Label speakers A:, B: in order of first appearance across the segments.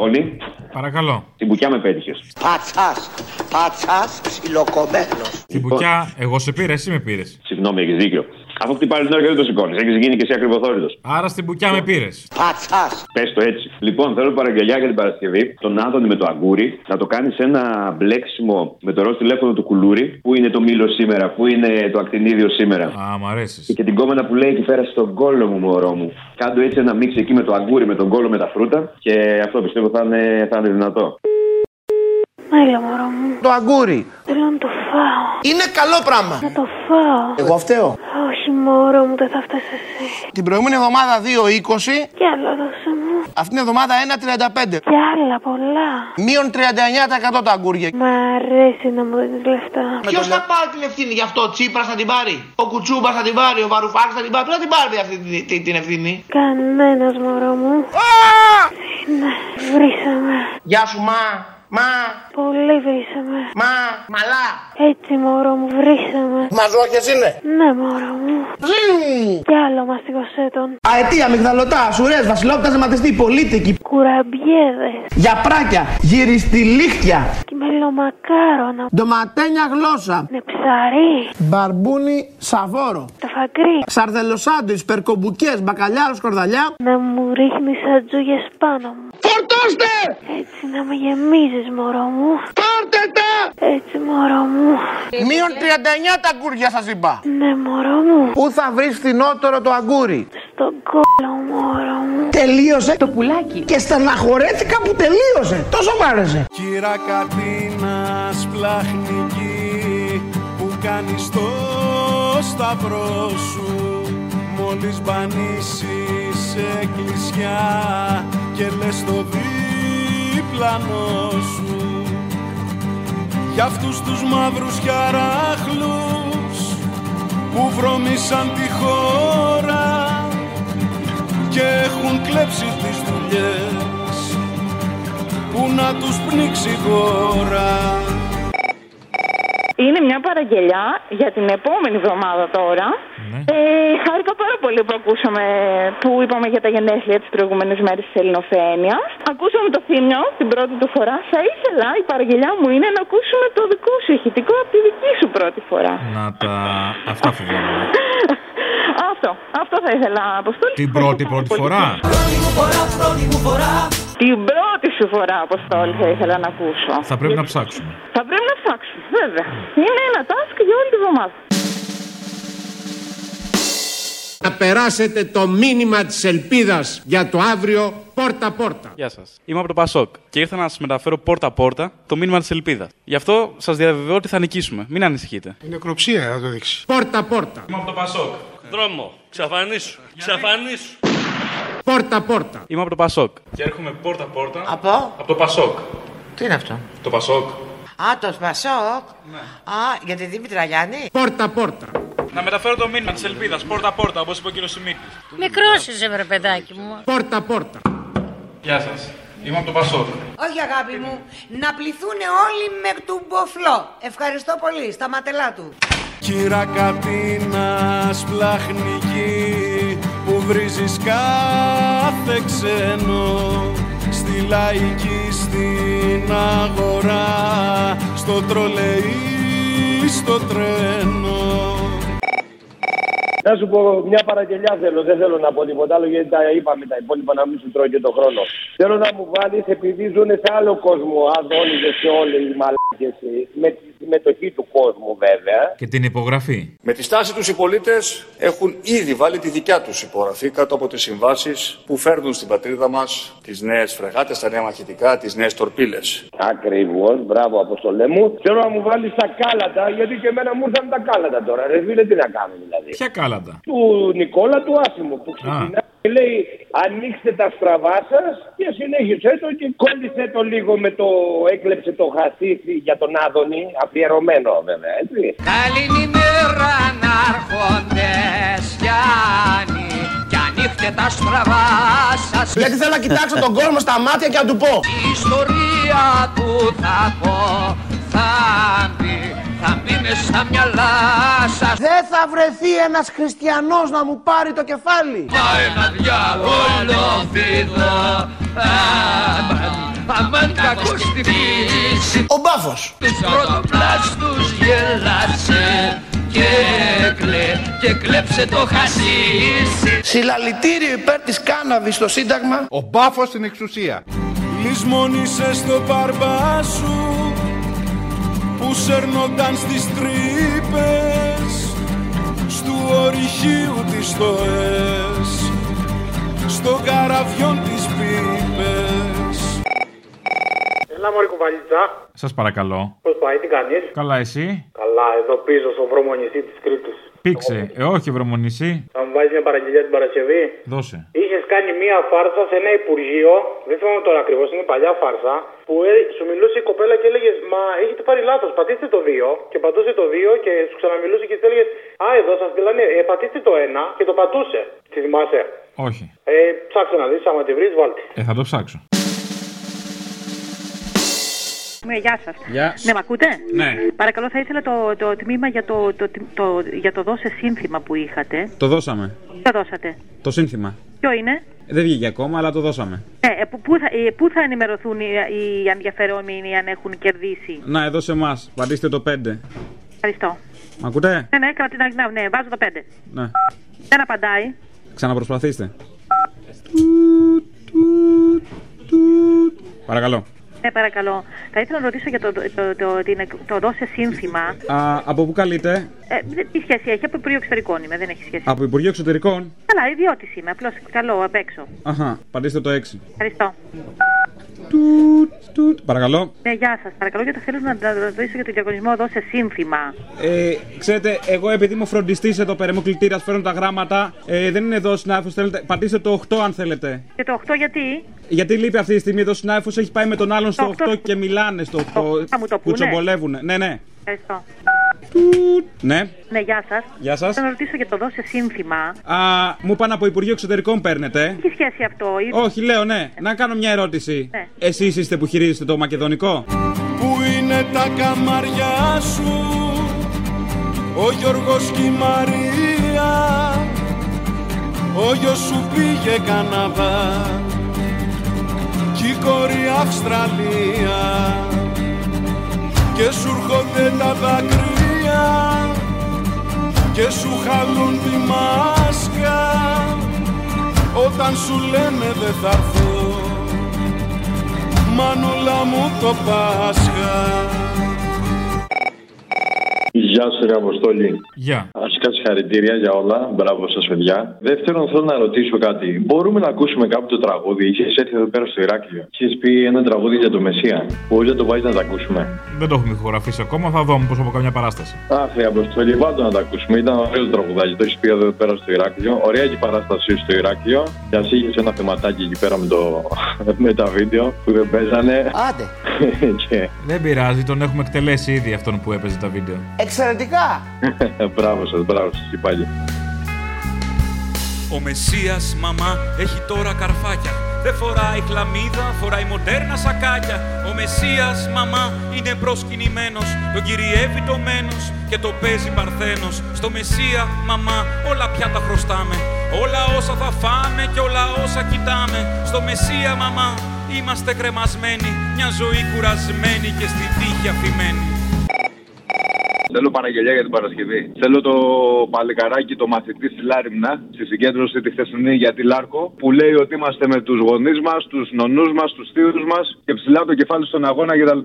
A: Όλοι.
B: Παρακαλώ.
A: Την πουκιά με πέτυχες.
C: Πατσάς. Πατσάς ψιλοκομμένος.
B: Την πουκιά, εγώ σε πήρα, εσύ με πήρες.
A: Συγγνώμη, έχεις δίκιο. Αφού χτυπάει την ώρα και δεν το σηκώνεις, έχεις γίνει και εσύ ακριβοθόρυτο.
B: Άρα στην πουκιά με πήρες.
C: Πατσάς.
A: Πες το έτσι. Λοιπόν, θέλω παραγγελιά για την Παρασκευή. Τον Άδωνη με το αγκούρι. Να το κάνεις ένα μπλέξιμο με το ροζ τηλέφωνο του κουλούρι. Πού είναι το μήλο σήμερα, πού είναι το ακτινίδιο σήμερα.
B: Α, μ' αρέσεις.
A: Και την κόμματα που λέει εκεί πέρα στον κόλλο μου, μωρό μου. Κάντο έτσι ένα μίξ εκεί με το αγκούρι, με τον κόλλο, με τα φρούτα. Και αυτό πιστεύω θα είναι, θα είναι δυνατό.
D: Έλα μωρό μου,
C: Το αγκούρι.
D: θέλω να το φάω.
C: Είναι καλό πράγμα.
D: Να το φάω.
C: Εγώ φταίω.
D: Όχι μωρό μου, δεν θα φτάσεις εσύ.
C: Την προηγούμενη εβδομάδα 2,20.
D: Κι άλλα δώσε μου.
C: Αυτήν την εβδομάδα 1,35.
D: Κι άλλα πολλά.
C: Μείον 39% τα αγκούρια.
D: Μ' αρέσει να μου δίνεις λεφτά.
E: Ποιος θα πάρει την ευθύνη γι' αυτό, ο Τσίπρας θα την πάρει, ο Κουτσούμπας θα την πάρει, ο Βαρουφάκης θα την πάρει. Ποιος θα την πάρει αυτή την, την, την ευθύνη.
D: Κανένας μωρό μου. Ναι, βρήσαμε.
E: Γεια σου, μα, μα,
D: Πολύ βρήσαμε.
E: μα, μαλά.
D: Έτσι μωρό μου, βρήσαμε.
C: Μαζόχε είναι.
D: Ναι μωρό μου. Κι άλλο μαστιγωσέ τον.
E: Αετία, μυγδαλωτά, σουρέ, βασιλόπτα, ζεματιστή, πολίτικη,
D: Κουραμπιέδες.
E: γιαπράκια, γυριστηλίχτια,
D: Και μελομακάρονα.
E: ντοματένια γλώσσα,
D: Νεψαρί.
E: μπαρμπούνι σαβόρο,
D: Τα φαγκρί.
E: σαρδελοσάντουιτ, περκομπουκές, μπακαλιάρος σκορδαλιά.
D: Να μου ρίχνεις ατζούγες πάνω μου.
E: Φορτώστε!
D: Έτσι να με γεμίζεις μωρό μου.
E: Πάρτε τα!
D: Έτσι μωρό μου.
C: Μείον 39 τα αγκούρια σας είπα.
D: Ναι μωρό μου.
C: Πού θα βρεις φθηνότερο το αγκούρι.
D: Στον κόλλο μωρό μου.
E: Τελείωσε το πουλάκι και στεναχωρέθηκα που τελείωσε. Τόσο μ' άρεσε.
F: Κύρα Κατίνας πλαχνική που κάνεις το σταυρό σου μόλις μπανίσεις σε εκκλησιά και λες το δίπλανό σου για αυτούς τους μαύρους χαράχλους που βρωμήσαν τη χώρα και έχουν κλέψει τις δουλειές που να τους πνίξει η χώρα.
G: Είναι μια παραγγελιά για την επόμενη εβδομάδα τώρα.
B: Ναι.
G: Ε, χάρηκα πάρα πολύ που ακούσαμε, που είπαμε για τα γενέθλια τις προηγούμενες μέρες της Ελληνοφρένειας. Ακούσαμε το θύμιο την πρώτη του φορά. Θα ήθελα, η παραγγελιά μου είναι να ακούσουμε το δικό σου ηχητικό από τη δική σου πρώτη φορά.
B: Να τα. Αυτά φοβάμαι.
G: αυτό, αυτό θα ήθελα να αποστολή.
B: Την πρώτη πρώτη φορά.
G: Την πρώτη σου φορά, αποστολή, θα ήθελα να ακούσω.
B: Θα πρέπει να ψάξουμε.
G: Θα πρέπει να ψάξουμε, βέβαια. Είναι ένα task για όλη τη βδομάδα.
H: Να περάσετε το μήνυμα της ελπίδας για το αύριο πόρτα-πόρτα.
I: Γεια σας. Είμαι από το Πασόκ και ήρθα να σας μεταφέρω πόρτα-πόρτα το μήνυμα της ελπίδας. Γι' αυτό σας διαβεβαιώ ότι θα νικήσουμε. Μην ανησυχείτε.
J: Νεκροψία θα το δείξει.
H: Πόρτα-πόρτα.
I: Είμαι από το Πασόκ.
F: Δρόμο, ξαφανίσου, ξαφανίσου.
H: Πόρτα-πόρτα.
I: Είμαι από το Πασόκ. Και έρχομαι πόρτα-πόρτα
E: Από,
I: από το Πασόκ.
E: τι είναι αυτό.
I: Το Πασόκ. Ναι.
E: Α, το Σπασόκ. Α, για την Δήμητρα Γιάννη.
H: Πόρτα-πόρτα.
I: Να μεταφέρω το μήνυμα της ελπίδας πόρτα-πόρτα, όπως είπε ο κύριος Σιμίτης.
D: Μικρόσιζε βρε παιδάκι μου.
H: Πόρτα-πόρτα.
I: Γεια σας. Είμαι από το Πασόκ.
E: Όχι αγάπη μου, να πληθούν όλοι με του μποφλό. Ευχαριστώ πολύ, στα ματελά του.
F: Κύρα Κατίνας πλαχνική που βρίζεις κάθε ξένο στη λαϊκή στην αγορά στο τρολεϊ στο τρένο
J: Να σου πω μια παραγγελιά θέλω, δεν θέλω να πω τίποτα άλλο γιατί τα είπαμε τα υπόλοιπα να μην σου τρώει και το χρόνο. Θέλω να μου βάλεις επειδή ζουν σε άλλο κόσμο, αδόνιδε και όλοι οι μαλάκε, με τη συμμετοχή του κόσμου βέβαια.
B: Και την υπογραφή.
F: Με τη στάση τους οι πολίτες έχουν ήδη βάλει τη δικιά τους υπογραφή κάτω από τις συμβάσεις που φέρνουν στην πατρίδα μας τις νέες φρεγάτες, τα νέα μαχητικά, τις νέες τορπίλες.
J: Ακριβώς, μπράβο Αποστολέ μου. Θέλω να μου βάλεις τα κάλατα, γιατί και εμένα μου ήρθαν τα κάλατα τώρα. Ρε φίλε, τι να κάνω δηλαδή.
B: Ποια κάλαντα.
J: Του Νικόλα του Άσιμου που ξεκινάει και λέει ανοίξτε τα στραβά σας και συνέχισε το και κόλλησε το λίγο με το έκλεψε το χασίσι για τον Άδωνη, αφιερωμένο βέβαια, έτσι.
C: Καληνημέρα ανάρχοντες Γιάννη Κι ανοίχτε τα στραβά σας
E: Γιατί θέλω να κοιτάξω τον κόσμο στα μάτια και να του πω.
C: Η ιστορία του θα πω Θα μπει, θα μπει μες στα μυαλά σας
E: Δεν θα βρεθεί ένας χριστιανός να μου πάρει το κεφάλι.
C: Μα ένα διάβολο φίδο αμάν κακός στη φύση
E: Ο μπάφος
C: Τους πρωτοπλάστους γελάσε και κλε, και κλέψε το χασίσι
E: Συλλαλητήριο υπέρ της κάναβης στο Σύνταγμα
J: Ο μπάφος στην εξουσία
F: Λυσμόνησε στο παρμπά σου που σέρνονταν στις τρύπες στου ορυχείου τις στοές στο καραβιόν τις πίπες
K: Έλα μωρή κουβαλίτσα.
I: Σας παρακαλώ.
K: Πώς πάει, τι κάνεις.
I: Καλά, εσύ.
K: Καλά, εδώ πίσω στο βρώμο νησί της Κρήτης.
I: Πήξε. Ε, όχι, βρωμονισή.
K: Θα μου βάλεις μια παραγγελία την Παρασκευή.
I: Δώσε.
K: Είχες κάνει μία φάρσα σε ένα υπουργείο, δεν θυμάμαι τώρα ακριβώς, είναι παλιά φάρσα, που ε, σου μιλούσε η κοπέλα και έλεγες Μα έχετε πάρει λάθος, πατήστε το 2 και πατούσε το 2 και σου ξαναμιλούσε και της έλεγες Α, εδώ σας μιλάνε, ε, πατήστε το 1 και το πατούσε. Τη θυμάσαι.
I: Όχι.
K: Ε, ψάξε να δεις, άμα τη βρεις, βάλτε.
I: Ε, θα το ψάξω.
L: Ναι, γεια σας.
I: Γεια.
L: Ναι, με ακούτε?
I: Ναι.
L: Παρακαλώ, θα ήθελα το, το τμήμα για το, το, το, για το δώσε σύνθημα που είχατε.
M: Το δώσαμε.
L: Το δώσατε.
M: Το σύνθημα.
L: Ποιο είναι?
M: Ε, Δεν βγήκε ακόμα, αλλά το δώσαμε.
L: Ναι, ε, πού- πού θα, ε, πού θα ενημερωθούν οι, οι ενδιαφερόμενοι αν έχουν κερδίσει.
M: Να, εδώ σε εμάς. Πατήστε το 5.
L: Ευχαριστώ.
M: Μ' ακούτε?
L: Ναι, ναι, έκανα την αρχή. Ναι, βάζω το 5.
M: Ναι.
L: Δεν απαντάει.
M: Ξαναπροσπαθήστε. Παρακαλώ.
L: Ναι, παρακαλώ. Θα ήθελα να ρωτήσω για το, το, το, το, την εκ- το δώσε σύνθημα.
M: Α, από πού καλείτε?
L: Ε, δεν- τι σχέση έχει, από Υπουργείο Εξωτερικών είμαι, δεν έχει σχέση.
M: Από Υπουργείο Εξωτερικών.
L: Καλά, ιδιώτης είμαι, απλώς καλό απ' έξω.
M: Αχα, πατήστε το 6.
L: Ευχαριστώ.
M: Παρακαλώ.
L: Ναι, γεια σας. Παρακαλώ για το θέλω να να ρωτήσω για τον διαγωνισμό δώσε σύνθημα.
M: Ε, ξέρετε, εγώ επειδή είμαι φροντιστής εδώ πέρα, είμαι κλητήρας, φέρνω τα γράμματα. Ε, δεν είναι εδώ ο συνάδελφος, θέλετε. Πατήστε το 8 αν θέλετε.
L: Και το 8 γιατί.
M: Γιατί λείπει αυτή τη στιγμή εδώ ο συνάδελφος, έχει πάει με τον άλλον στο 8 και μιλάνε στο 8.
L: θα μου το πούνε.
M: Κουτσομπολεύουνε. Ναι, ναι.
L: Ευχαριστώ.
M: Ναι.
L: Ναι, γεια σας.
M: Γεια σας.
L: Θέλω να ρωτήσω για το δώσε σύνθημα.
M: Α, μου είπαν από Υπουργείο Εξωτερικών παίρνετε. ε.
L: Τι σχέση αυτό, ή...
M: Όχι, λέω ναι. Να κάνω μια ερώτηση.
L: Ναι.
M: Εσείς είστε που χειρίζεστε το μακεδονικό.
F: που είναι τα καμαριά σου ο Γιώργος και η Μαρία ο γιος σου πήγε Καναδά κι η κόρη Αυστραλία και σου έρχονται τα δακρύα και σου χαλούν τη μάσκα όταν σου λένε δεν θα έρθω Μανούλα μου το Πάσχα
N: Γεια σου, ρε Αποστόλη.
I: Γεια.
N: Αρχικά συγχαρητήρια για όλα. Μπράβο σας, παιδιά. Δεύτερον, θέλω να ρωτήσω κάτι. Μπορούμε να ακούσουμε κάποιο το τραγούδι. Είχες έρθει εδώ πέρα στο Ηράκλειο. Είχες πει ένα τραγούδι για το Μεσία. Μπορείς να το βάζει να το ακούσουμε.
I: Δεν το έχουμε ηχογραφήσει ακόμα. Θα δω μήπως από καμιά παράσταση.
N: Αχ, ρε Αποστόλη, βάλτε να το ακούσουμε. Ήταν ωραίο το τραγουδάκι. Το έχεις πει εδώ πέρα στο Ηράκλειο. Ωραία και η παράσταση σου στο Ηράκλειο. Και ας είχες ένα θεματάκι εκεί πέρα με, το... με τα βίντεο που δεν παίζανε.
E: Άντε.
N: και...
I: Δεν πειράζει, τον έχουμε εκτελέσει ήδη αυτόν που έπαιζε τα βίντεο.
E: Εξαιρετικά.
N: μπράβο σας, μπράβο σας και πάλι.
O: Ο Μεσσίας μαμά έχει τώρα καρφάκια Δεν φοράει χλαμίδα, φοράει μοντέρνα σακάκια Ο Μεσσίας μαμά είναι προσκυνημένος Τον κυριεύει το μένος και το παίζει παρθένος Στο Μεσσία μαμά όλα πια τα χρωστάμε Όλα όσα θα φάμε και όλα όσα κοιτάμε Στο Μεσσία μαμά είμαστε κρεμασμένοι Μια ζωή κουρασμένη και στη τύχη αφημένη
P: Θέλω παραγγελία για την Παρασκευή. Θέλω το παλικαράκι, το μαθητή στη Λάριμνα, στη συγκέντρωση τη χθεσινή για τη Λάρκο, που λέει ότι είμαστε με τους γονείς μας, τους νονούς μας, τους θείους μας και ψηλά το κεφάλι στον αγώνα κτλ.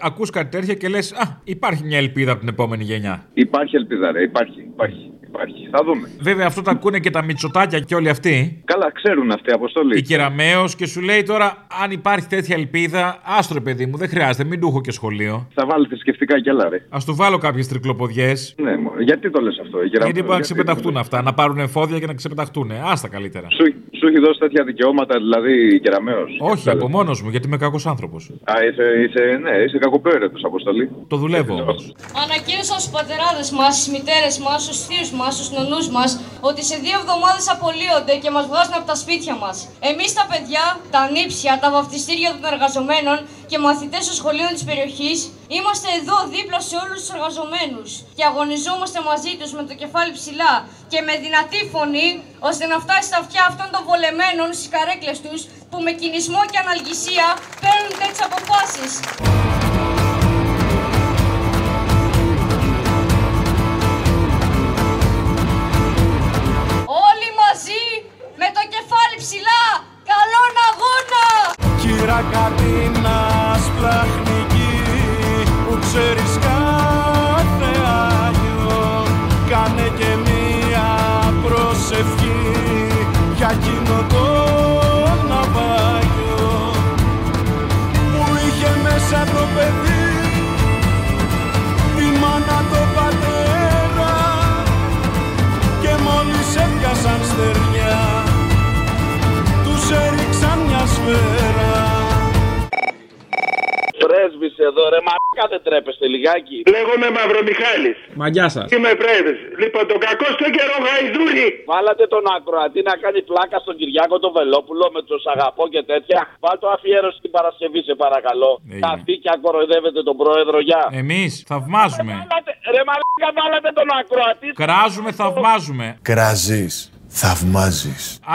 I: Ακούς κάτι τέτοια και λες: Α, υπάρχει μια ελπίδα από την επόμενη γενιά.
P: Υπάρχει ελπίδα, ρε. Υπάρχει, υπάρχει, υπάρχει. Θα δούμε.
I: Βέβαια, αυτό τα ακούνε και τα μυτσοτάκια και όλοι αυτοί.
P: Καλά, ξέρουν αυτοί, αποστολή.
I: Η Κεραμαίο και σου λέει τώρα: Αν υπάρχει τέτοια ελπίδα, άστρο παιδί μου, δεν χρειάζεται, μην του έχω και σχολείο.
P: Θα βάλει θρησκευτικά κι άλλα, ρε.
I: Ας του βάλω κάποιες τρικλοποδιές.
P: Ναι, μωρέ. γιατί το λες αυτό, η
I: Γιατί
P: Κεραμαίο,
I: μπορεί να
P: γιατί
I: ξεπεταχτούν αυτά, να πάρουν εφόδια και να ξεπεταχτούν. Άστα καλύτερα.
P: Σου, σου έχει δώσει τέτοια δικαιώματα, δηλαδή η Κεραμαίος.
I: Όχι, από μόνος μου, γιατί είμαι κακός άνθρωπος.
P: Α, είσαι, είσαι, ναι, είσαι κακοπέρετο, αποστολή.
I: Το δουλεύω όμω.
Q: Ανακοίνωσαν στου πατεράδες μας, στις μητέρες μας, στους θείους μας, στους νονούς μας ότι σε δύο εβδομάδες απολύονται και μας βγάζουν από τα σπίτια μας. Εμείς τα παιδιά, τα νύψια, τα βαφτιστήρια των εργαζομένων και μαθητές των σχολείων της περιοχής, είμαστε εδώ δίπλα σε όλους τους εργαζομένους και αγωνιζόμαστε μαζί τους με το κεφάλι ψηλά και με δυνατή φωνή, ώστε να φτάσει στα αυτιά αυτών των βολεμένων στις καρέκλες τους που με κινησμό και αναλγησία παίρνουν τέτοιες αποφάσεις. Όλοι μαζί με το κεφάλι ψηλά, καλόν αγώνα!
F: Κύρα Κατίνα σπλαχνική που ξέρεις κάθε Άγιο κάνε και μία προσευχή για εκείνο το ναυάγιο που είχε μέσα το παιδί τη μάνα το πατέρα και μόλις έπιασαν στεριά τους έριξαν μια σφαίρα
J: Πρέσβη εδώ, ρε μαλάκα δεν τρέπεστε λιγάκι.
R: Λέγομαι Μαυρομιχάλης.
M: Μαγιά σας.
R: Είμαι πρέσβης. Λοιπόν, τον κακό στο καιρό γαϊδούρι.
J: Βάλατε τον ακροατή να κάνει πλάκα στον Κυριάκο τον Βελόπουλο με τους αγαπώ και τέτοια. Βάλτε αφιέρωση την Παρασκευή, σε παρακαλώ.
I: Ναι. Ε,
J: Καθήκια κοροϊδεύετε τον πρόεδρο, γεια.
I: Εμείς θαυμάζουμε.
J: Ρε μαλάκα βάλατε τον ακροατή.
I: Κράζουμε, θαυμάζουμε.
S: Κράζεις. Θαυμάζεις.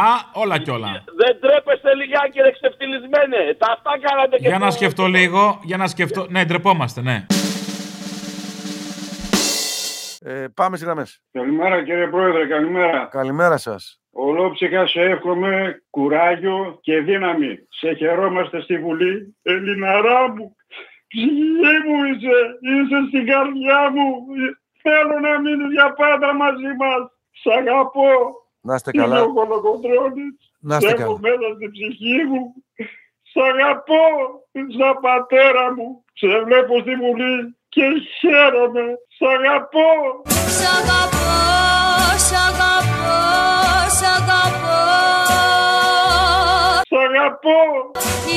I: Α, όλα κι όλα.
J: Δεν τρέπεστε λιγάκι, ρε ξεφτυλισμένε. Τα αυτά κάνατε και
I: Για να
J: το-
I: σκεφτώ λίγο, για να σκεφτώ. Ναι, ντρεπόμαστε, ναι.
S: Ε, πάμε στις γραμμές.
R: Καλημέρα κύριε Πρόεδρε, καλημέρα.
S: Καλημέρα σας.
R: Ολόψυχα σε εύχομαι κουράγιο και δύναμη. Σε χαιρόμαστε στη Βουλή. Ελληναρά μου, ψυχή μου είσαι, είσαι στην καρδιά μου. Θέλω να μείνεις για πάντα μαζί μας. Σ' αγαπώ.
S: Να είστε
R: Είμαι
S: καλά.
R: ο Κολοκοντρώνης.
S: Να είστε
R: Έχω
S: καλά.
R: μέσα στην ψυχή μου. Σ' αγαπώ, σαν πατέρα μου. Σε βλέπω στη Βουλή και χαίρομαι. Σ' αγαπώ.
C: Σ' αγαπώ, σ' αγαπώ, σ' αγαπώ
R: Σ' αγαπώ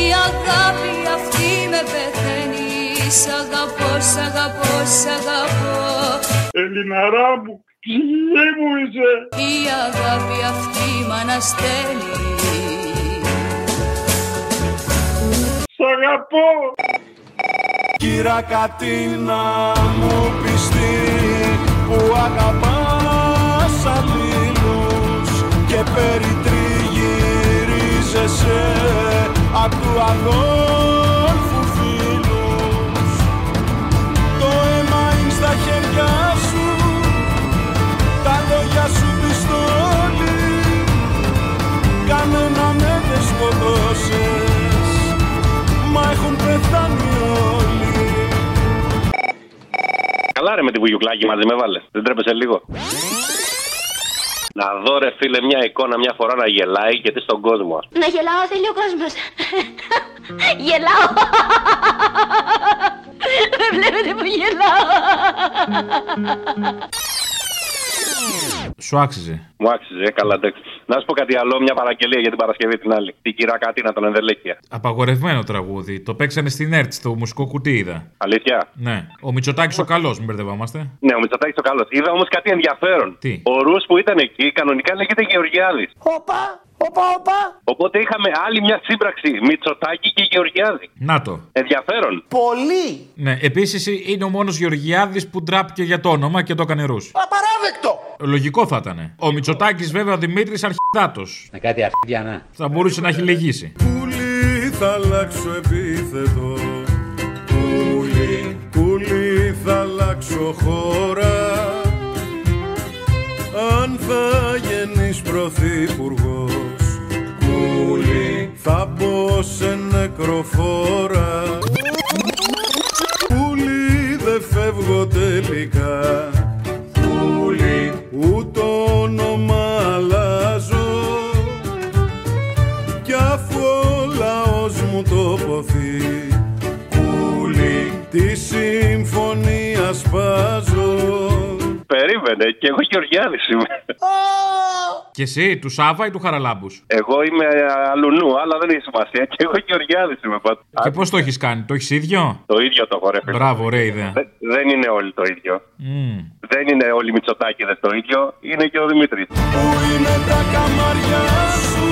C: Η αγάπη αυτή με πεθαίνει Σ' αγαπώ, σ' αγαπώ, σ' αγαπώ
R: Ελληναρά μου, ψυχή μου είσαι.
C: Η αγάπη αυτή μ' αναστέλει
R: Σ' αγαπώ.
F: Κύρα Κατίνα μου πιστή που αγαπάς αλλήλους και περιτριγυρίζεσαι απ' του αδόλφου φίλους το αίμα είναι στα χέρια σου τα λόγια σου πιστόλι κανέναν δεν δε σκοτώσες Μα έχουν πεθάνει όλοι
T: Καλά ρε με την βουγιουκλάκη μαζί με βάλε. Δεν τρέπεσαι λίγο. Να δω ρε φίλε μια εικόνα μια φορά να γελάει γιατί στον κόσμο. ας πούμε.
D: Να γελάω, θέλει ο κόσμος. γελάω. Με βλέπετε που γελάω.
I: Σου άξιζε.
T: Μου άξιζε, ε, καλά εντάξει. Να σου πω κάτι άλλο, μια παραγγελία για την Παρασκευή την άλλη. Την κυρία Κατίνα των Ενδελέχεια.
I: Απαγορευμένο τραγούδι. Το παίξανε στην ΕΡΤ στο μουσικό κουτί, είδα.
T: Αλήθεια.
I: Ναι. Ο Μητσοτάκης ο καλός, μην μπερδευόμαστε.
T: Ναι, ο Μητσοτάκης ο καλός. Είδα όμως κάτι ενδιαφέρον.
I: Τι?
T: Ο Ρου που ήταν εκεί κανονικά λέγεται Γεωργιάδης.
C: Όπα, όπα, όπα
T: Οπότε είχαμε άλλη μια σύμπραξη Μητσοτάκη και Γεωργιάδη.
I: Να το.
T: Ενδιαφέρον.
C: Πολύ
I: Ναι, επίσης είναι ο μόνος Γεωργιάδης που ντράπηκε για το όνομα και το έκανε ρούς.
C: Απαράδεκτο
I: Λογικό θα ήταν. Ο Μητσοτάκης, βέβαια, ο Δημήτρης αρχιδάτος. Να κάτι αρχιδιά, να. Θα μπορούσε να έχει λυγίσει.
F: Πουλί θα αλλάξω επίθετο Πουλί, πουλί θα αλλάξω χώρα Αν θα γεννείς πρωθυπουργός Πουλί θα μπω σε νεκροφόρα Πουλί δεν φεύγω τελικά Πουλί ούτε όνομα αλλάζω κι αφού ο λαός μου το ποθεί Κούλι τη συμφωνία σπάζω
T: Περίμενε, και εγώ Γεωργιάδης είμαι.
I: Και εσύ, του Σάβα ή του Χαραλάμπους.
T: Εγώ είμαι αλουνού, αλλά δεν έχει σημασία. Και εγώ Γεωργιάδης είμαι πάντα.
I: Και πώς το έχεις κάνει, το έχεις ίδιο.
T: Το ίδιο το χορεύει.
I: Μπράβο, ωραία ιδέα.
T: Δε- δεν είναι όλοι το ίδιο.
I: Μμμ.
T: Δεν είναι όλοι οι Μητσοτάκηδες το ίδιο. Είναι και ο Δημήτρης.
F: Είναι τα καμάρια σου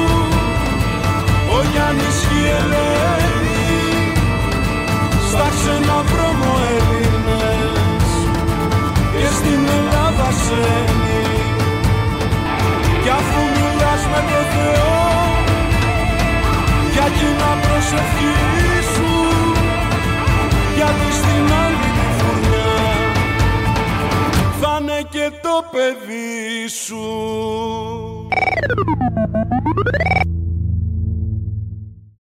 F: Ο Γιάννης και η Ελένη στα ξένα βρώμο Έλληνες και στην Ελλάδα σένει κι αφού μιλάς με το Θεό για κοινά προσευχή σου γιατί στην άλλη τη φουρνιά θα είναι και το παιδί σου